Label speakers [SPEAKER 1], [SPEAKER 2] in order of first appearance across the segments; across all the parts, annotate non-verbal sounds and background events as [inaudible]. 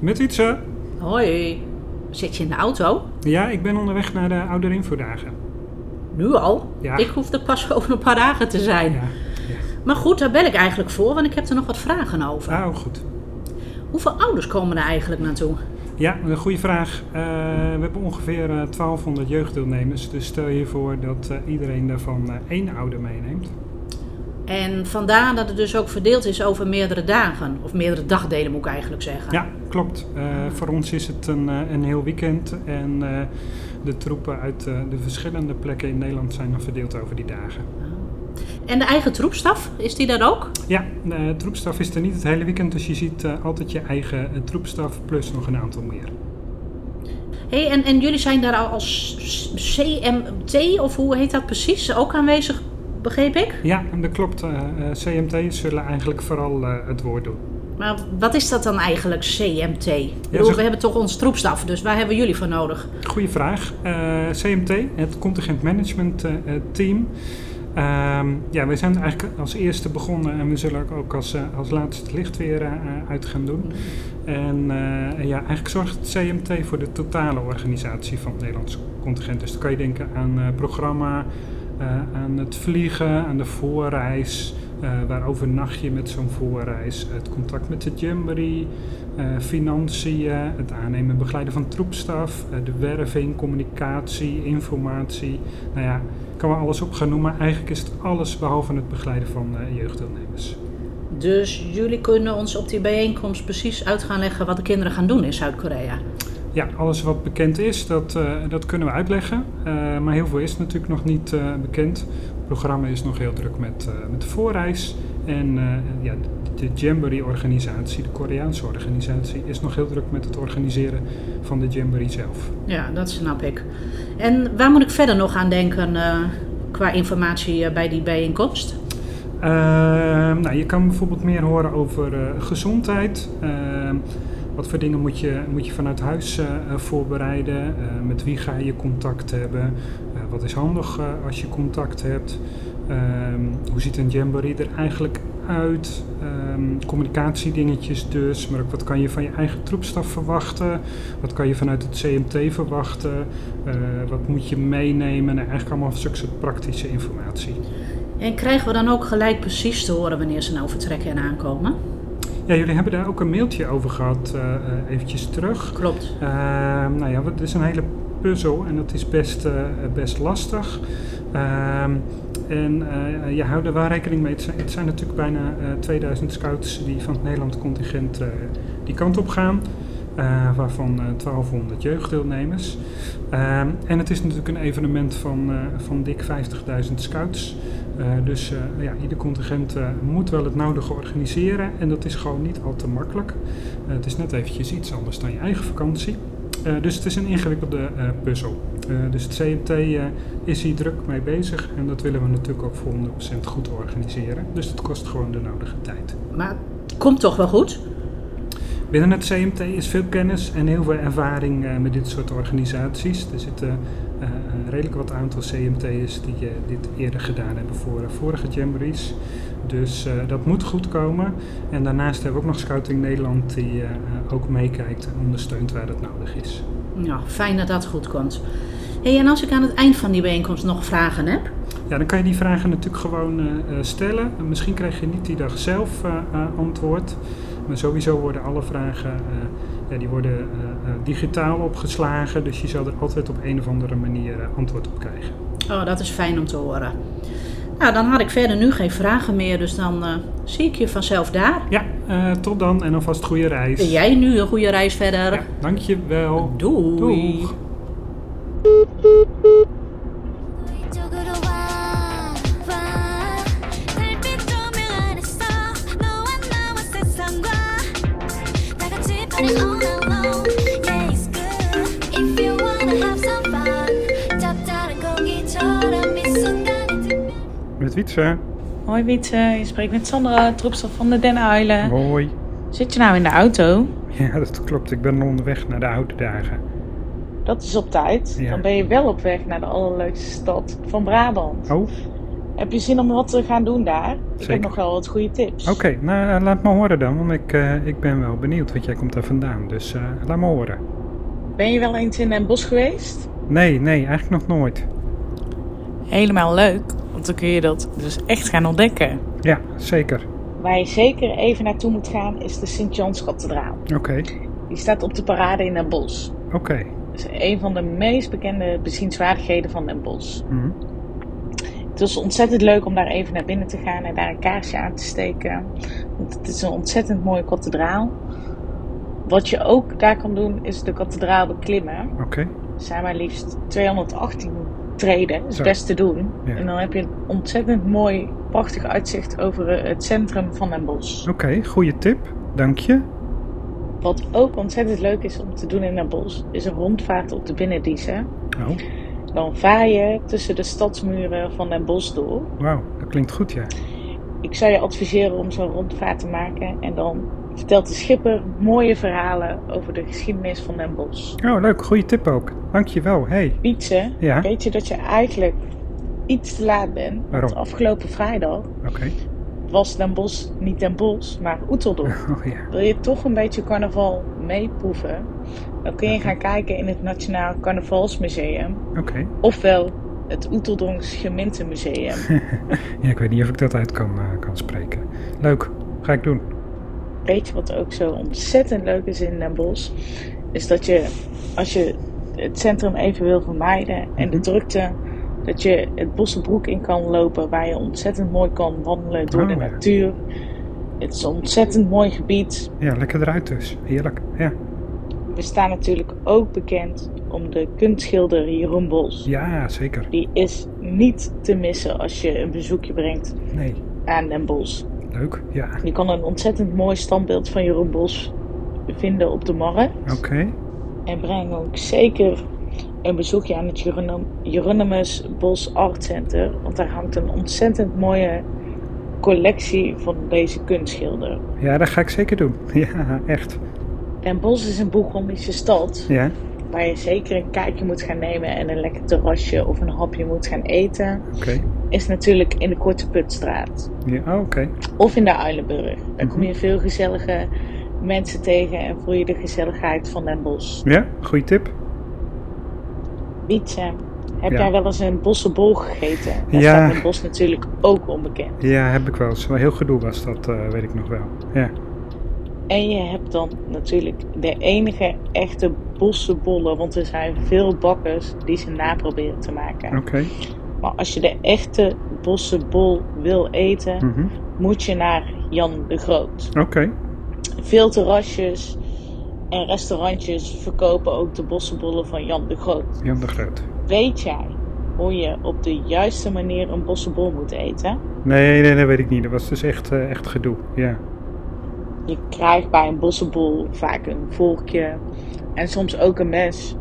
[SPEAKER 1] Met Wietse.
[SPEAKER 2] Hoi, zit je in de auto?
[SPEAKER 1] Ja, ik ben onderweg naar de ouderinfodagen.
[SPEAKER 2] Nu al?
[SPEAKER 1] Ja.
[SPEAKER 2] Ik hoef er pas over een paar dagen te zijn.
[SPEAKER 1] Ja.
[SPEAKER 2] Maar goed, daar bel ik eigenlijk voor, want ik heb er nog wat vragen over.
[SPEAKER 1] Nou, goed.
[SPEAKER 2] Hoeveel ouders komen er eigenlijk naartoe?
[SPEAKER 1] Ja, een goede vraag. Eh, we hebben ongeveer eh, 1200 jeugddeelnemers. Dus stel je voor dat eh, iedereen daarvan eh, één ouder meeneemt.
[SPEAKER 2] En vandaar dat het dus ook verdeeld is over meerdere dagen. Of meerdere dagdelen moet ik eigenlijk zeggen.
[SPEAKER 1] Ja, klopt. Eh, voor ons is het een, eh, een heel weekend. En eh, de troepen uit eh, de verschillende plekken in Nederland zijn dan verdeeld over die dagen.
[SPEAKER 2] En de eigen troepstaf, is die daar ook?
[SPEAKER 1] Ja, de troepstaf is er niet het hele weekend. Dus je ziet eh, altijd je eigen eh, troepstaf plus nog een aantal meer.
[SPEAKER 2] hey, en, en jullie zijn daar al als CMT, of hoe heet dat precies, ook aanwezig, begreep ik?
[SPEAKER 1] Ja, en dat klopt. Eh, eh, CMT's zullen eigenlijk vooral eh, het woord doen.
[SPEAKER 2] Maar wat is dat dan eigenlijk, CMT? Ik bedoel,
[SPEAKER 1] zeg-
[SPEAKER 2] We hebben toch ons troepstaf, dus waar hebben jullie voor nodig?
[SPEAKER 1] Goeie vraag. Eh, CMT, het Contingent Management eh, eh, Team. Ehm, ja, wij zijn eigenlijk als eerste begonnen en we zullen ook- ook als, eh, als laatste het licht weer eh, eh, uit gaan doen. En eh, ja, eigenlijk zorgt het CMT voor de totale organisatie van het Nederlands contingent. Dus dan kan je denken aan eh, programma, eh, aan het vliegen, aan de voorreis. eh, waar overnacht je met zo'n voorreis? Het contact met de jamboree, eh, financiën, het aannemen en begeleiden van troepstaf, eh, de werving, communicatie, informatie. Nou ja, ik kan wel alles op gaan noemen. Eigenlijk is het alles behalve het begeleiden van eh, jeugddeelnemers.
[SPEAKER 2] Dus jullie kunnen ons op die bijeenkomst precies uit gaan leggen wat de kinderen gaan doen in Zuid-Korea.
[SPEAKER 1] Ja, alles wat bekend is, dat, eh, dat kunnen we uitleggen. Eh, maar heel veel is natuurlijk nog niet eh, bekend. Het programma is nog heel druk met, eh, met de voorreis. En eh, ja, de Jamboree-organisatie, de Koreaanse organisatie, is nog heel druk met het organiseren van de Jamboree zelf.
[SPEAKER 2] Ja, dat snap ik. En waar moet ik verder nog aan denken eh, qua informatie eh, bij die bijeenkomst?
[SPEAKER 1] Ehm, nou, je kan bijvoorbeeld meer horen over eh, gezondheid. Ehm, wat voor dingen moet je, moet je vanuit huis eh, eh, voorbereiden? Eh, met wie ga je contact hebben? Eh, wat is handig eh, als je contact hebt? Ehm, hoe ziet een jamboree er eigenlijk uit? Ehm, communicatiedingetjes dus, maar ook wat kan je van je eigen troepstaf verwachten? Wat kan je vanuit het CMT verwachten? Eh, wat moet je meenemen? Nou, eigenlijk allemaal zulke soort praktische informatie.
[SPEAKER 2] En krijgen we dan ook gelijk precies te horen wanneer ze nou vertrekken en aankomen?
[SPEAKER 1] Ja, jullie hebben daar ook een mailtje over gehad, eh, eh, eventjes terug.
[SPEAKER 2] Klopt.
[SPEAKER 1] Ehm, nou ja, het is een hele puzzel en dat is best, eh, best lastig. Ehm, en eh ja, hou er wel rekening mee. Het zijn, het zijn natuurlijk bijna eh, 2000 scouts die van het Nederland contingent eh, die kant op gaan. eh, waarvan eh, 1200 jeugddeelnemers. Ehm, en het is natuurlijk een evenement van, eh, van dik 50.000 scouts. Eh, dus eh, ja, ieder contingent eh, moet wel het nodige organiseren. En dat is gewoon niet al te makkelijk. Eh, het is net eventjes iets anders dan je eigen vakantie. Eh, dus het is een ingewikkelde eh, puzzel. Eh, dus het CMT eh, is hier druk mee bezig. En dat willen we natuurlijk ook voor 100% goed organiseren. Dus dat kost gewoon de nodige tijd.
[SPEAKER 2] Maar het komt toch wel goed?
[SPEAKER 1] Binnen het CMT is veel kennis en heel veel ervaring eh, met dit soort organisaties. Er zitten eh, eh, redelijk wat aantal CMT'ers die eh, dit eerder gedaan hebben voor eh, vorige Jamborees. Dus eh, dat moet goed komen. En daarnaast hebben we ook nog Scouting Nederland die eh, eh, ook meekijkt en ondersteunt waar dat nodig is.
[SPEAKER 2] Nou, fijn dat dat goed komt. hey, en als ik aan het eind van die bijeenkomst nog vragen heb?
[SPEAKER 1] Ja, dan kan je die vragen natuurlijk gewoon eh, eh, stellen. En misschien krijg je niet die dag zelf eh, eh, antwoord. Maar sowieso worden alle vragen eh, ja, die worden, eh, eh, digitaal opgeslagen. Dus je zal er altijd op een of andere manier eh, antwoord op krijgen.
[SPEAKER 2] Oh, dat is fijn om te horen. Nou, dan had ik verder nu geen vragen meer, dus dan eh, zie ik je vanzelf daar.
[SPEAKER 1] Ja, eh, tot dan en alvast goede
[SPEAKER 2] En
[SPEAKER 1] reis.
[SPEAKER 2] jij nu een goede reis verder.
[SPEAKER 1] Ja, dankjewel.
[SPEAKER 2] Doei.
[SPEAKER 1] Doeg.
[SPEAKER 3] 이쪽으로 와, 와. 달빛 조명 아래서 너와 나와 세상과 다 같이 party all alone. Yeah, it's good. If you wanna have some fun, 짭짤한 공기처럼 이 순간이 들-
[SPEAKER 1] Met Wietse.
[SPEAKER 4] Hoi Wietse, je spreekt met Sandra, troepstaf van de Den Uilen.
[SPEAKER 1] Hoi. [laughs]
[SPEAKER 4] Zit je nou in de auto?
[SPEAKER 1] Ja, dat klopt. Ik ben onderweg naar de oude dagen.
[SPEAKER 4] Dat is op tijd.
[SPEAKER 1] Ja.
[SPEAKER 4] Dan ben je wel op weg naar de allerleukste stad van Brabant.
[SPEAKER 1] Oh,
[SPEAKER 4] Heb je zin om wat te gaan doen daar? Ik
[SPEAKER 1] Zeker.
[SPEAKER 4] heb nog wel wat goede tips.
[SPEAKER 1] Oké, nou eh, laat me horen dan, want ik, eh, ik ben wel benieuwd, want jij komt daar vandaan. Dus eh, laat me horen.
[SPEAKER 4] Ben je wel eens in een bos geweest?
[SPEAKER 1] Nee, nee, eigenlijk nog nooit.
[SPEAKER 5] Helemaal leuk, want dan kun je dat dus echt gaan ontdekken.
[SPEAKER 1] Ja, zeker.
[SPEAKER 4] Waar je zeker even naartoe moet gaan is de Sint-Janskathedraal.
[SPEAKER 1] Oké,
[SPEAKER 4] Die staat op de parade in Den Bosch.
[SPEAKER 1] oké.
[SPEAKER 4] Dat is een van de meest bekende bezienswaardigheden van Den Bosch.
[SPEAKER 1] Hm.
[SPEAKER 4] Het was ontzettend leuk om daar even naar binnen te gaan en daar een kaarsje aan te steken. Want het is een ontzettend mooie kathedraal. Wat je ook daar kan doen is de kathedraal beklimmen.
[SPEAKER 1] Oké,
[SPEAKER 4] Er zijn maar liefst 218 treden. Dat is
[SPEAKER 1] Zo.
[SPEAKER 4] best te doen.
[SPEAKER 1] Ja.
[SPEAKER 4] En dan heb je een ontzettend mooi, prachtig uitzicht over eh, het centrum van Den Bosch.
[SPEAKER 1] oké, goede tip. Dank je.
[SPEAKER 4] Wat ook ontzettend leuk is om te doen in Den Bosch, is een rondvaart op de Binnendiezen.
[SPEAKER 1] Oh,
[SPEAKER 4] Dan vaar je tussen de stadsmuren van Den Bosch door.
[SPEAKER 1] wauw, dat klinkt goed, ja.
[SPEAKER 4] Ik zou je adviseren om zo'n rondvaart te maken. En dan vertelt de schipper mooie verhalen over de geschiedenis van Den Bosch.
[SPEAKER 1] Oh, leuk, goede tip ook. Dank je wel, hey.
[SPEAKER 4] Pietse,
[SPEAKER 1] Ja.
[SPEAKER 4] weet je dat je eigenlijk iets te laat bent?
[SPEAKER 1] Waarom?
[SPEAKER 4] Want afgelopen vrijdag
[SPEAKER 1] Oké.
[SPEAKER 4] was Den Bosch niet Den Bosch, maar Oeteldorp.
[SPEAKER 1] Oh ja,
[SPEAKER 4] Wil je toch een beetje carnaval meeproeven? Dan kun je gaan kijken in het Nationaal Carnavalsmuseum.
[SPEAKER 1] oké.
[SPEAKER 4] Ofwel het Oeteldonks Gemeentemuseum.
[SPEAKER 1] Ja, ik weet niet of ik dat uit kan, eh, kan spreken. Leuk, ga ik doen.
[SPEAKER 4] Weet je wat ook zo ontzettend leuk is in Den Bosch? Is dat je, als je het centrum even wil vermijden en de
[SPEAKER 1] Mhm.
[SPEAKER 4] drukte, dat je het Bossenbroek in kan lopen, waar je ontzettend mooi kan wandelen door
[SPEAKER 1] Oh,
[SPEAKER 4] de
[SPEAKER 1] ja.
[SPEAKER 4] natuur. Het is een ontzettend mooi gebied.
[SPEAKER 1] Ja, lekker eruit dus. Heerlijk, ja.
[SPEAKER 4] We staan natuurlijk ook bekend om de kunstschilder Jeroen Bos.
[SPEAKER 1] Ja, zeker.
[SPEAKER 4] Die is niet te missen als je een bezoekje brengt
[SPEAKER 1] Nee,
[SPEAKER 4] aan Den Bosch.
[SPEAKER 1] leuk, ja.
[SPEAKER 4] Je kan een ontzettend mooi standbeeld van Jeroen Bos vinden op de Marre.
[SPEAKER 1] Oké,
[SPEAKER 4] En breng ook zeker een bezoekje aan het Jeroen- Hieronymus Bos Art Center. Want daar hangt een ontzettend mooie collectie van deze kunstschilder.
[SPEAKER 1] ja, dat ga ik zeker doen. [laughs] Ja, echt.
[SPEAKER 4] Den Bosch is een bourgondische stad.
[SPEAKER 1] Ja,
[SPEAKER 4] Waar je zeker een kijkje moet gaan nemen en een lekker terrasje of een hapje moet gaan eten.
[SPEAKER 1] oké.
[SPEAKER 4] Is natuurlijk in de Korte Putstraat.
[SPEAKER 1] Ja, oh, oké.
[SPEAKER 4] Of in de Uilenburg. Daar kom je veel gezellige mensen tegen en voel je de gezelligheid van Den Bosch.
[SPEAKER 1] Ja, goede tip.
[SPEAKER 4] Wietse, eh, heb
[SPEAKER 1] Ja.
[SPEAKER 4] jij wel eens een bossenbol gegeten? Daar
[SPEAKER 1] Ja.
[SPEAKER 4] staat een bos natuurlijk ook onbekend.
[SPEAKER 1] Ja, heb ik wel eens. Wel heel gedoe was dat, eh, weet ik nog wel. Ja,
[SPEAKER 4] En je hebt dan natuurlijk de enige echte bossenbollen, want er zijn veel bakkers die ze naproberen te maken.
[SPEAKER 1] oké.
[SPEAKER 4] Maar als je de echte bossenbol wil eten,
[SPEAKER 1] Mhm.
[SPEAKER 4] moet je naar Jan de Groot.
[SPEAKER 1] Oké,
[SPEAKER 4] Veel terrasjes en restaurantjes verkopen ook de bossenbollen van Jan de Groot.
[SPEAKER 1] Jan de Groot.
[SPEAKER 4] Weet jij hoe je op de juiste manier een bossenbol moet eten?
[SPEAKER 1] Nee, nee, dat weet ik niet. Dat was dus echt, eh, echt gedoe. Ja,
[SPEAKER 4] Je krijgt bij een bossenbol vaak een vorkje en soms ook een mes.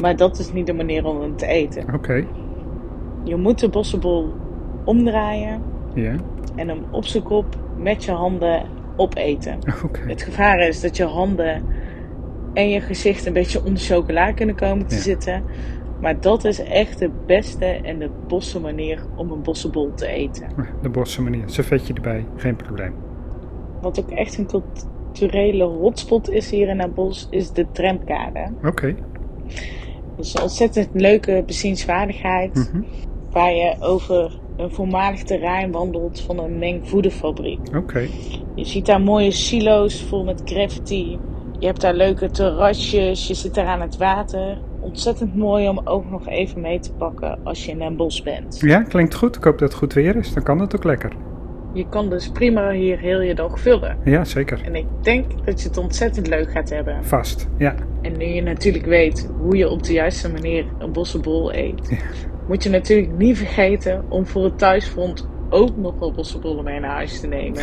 [SPEAKER 4] Maar dat is niet de manier om hem te eten.
[SPEAKER 1] oké.
[SPEAKER 4] Je moet de bossenbol omdraaien
[SPEAKER 1] Ja,
[SPEAKER 4] en hem op zijn kop met je handen opeten.
[SPEAKER 1] [laughs] oké.
[SPEAKER 4] Het gevaar is dat je handen en je gezicht een beetje onder chocola kunnen komen te
[SPEAKER 1] Ja.
[SPEAKER 4] zitten. Maar dat is echt de beste en de bosse manier om een bossenbol te eten.
[SPEAKER 1] De bosse manier. Servetje erbij, geen probleem.
[SPEAKER 4] Wat ook echt een culturele hotspot is hier in Den Bosch, is de tramkade.
[SPEAKER 1] Oké.
[SPEAKER 4] Dat is een ontzettend leuke bezienswaardigheid.
[SPEAKER 1] Mhm.
[SPEAKER 4] Waar je over een voormalig terrein wandelt van een mengvoederfabriek.
[SPEAKER 1] Oké,
[SPEAKER 4] Je ziet daar mooie silo's vol met graffiti. Je hebt daar leuke terrasjes. Je zit daar aan het water. Ontzettend mooi om ook nog even mee te pakken als je in Den Bosch bent.
[SPEAKER 1] ja, klinkt goed. Ik hoop dat het goed weer is. Dan kan het ook lekker.
[SPEAKER 4] Je kan dus prima hier heel je dag vullen.
[SPEAKER 1] Ja, zeker.
[SPEAKER 4] En ik denk dat je het ontzettend leuk gaat hebben.
[SPEAKER 1] Vast. Ja, [laughs]
[SPEAKER 4] En nu je natuurlijk weet hoe je op de juiste manier een bossenbol eet, moet je natuurlijk niet vergeten om voor het thuisfront ook nog wel bossenbollen mee naar huis te
[SPEAKER 1] [laughs]
[SPEAKER 4] nemen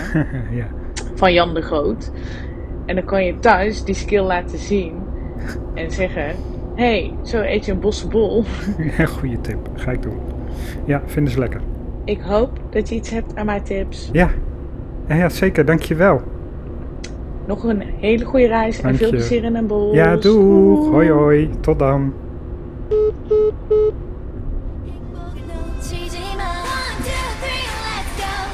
[SPEAKER 1] ja.
[SPEAKER 4] van Jan de Groot. En dan kan je thuis die skill laten zien en zeggen: hey, zo eet je een bossenbol.
[SPEAKER 1] Ja, goede tip. Ga ik doen. Ja, vinden ze lekker.
[SPEAKER 4] Ik hoop dat je iets hebt aan mijn tips.
[SPEAKER 1] Ja, ja, ja zeker. Dankjewel.
[SPEAKER 4] Nog een hele goede reis en
[SPEAKER 1] Dank
[SPEAKER 4] veel
[SPEAKER 1] je.
[SPEAKER 4] plezier in een bos.
[SPEAKER 1] Ja, doeg. Hoi, hoi. Tot dan.
[SPEAKER 3] 행복을 놓치지 마. One, two, three.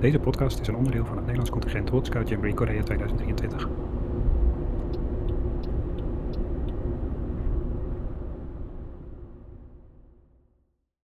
[SPEAKER 1] Deze podcast is een onderdeel van het Nederlands contingent World Scout Jamboree Korea 2023.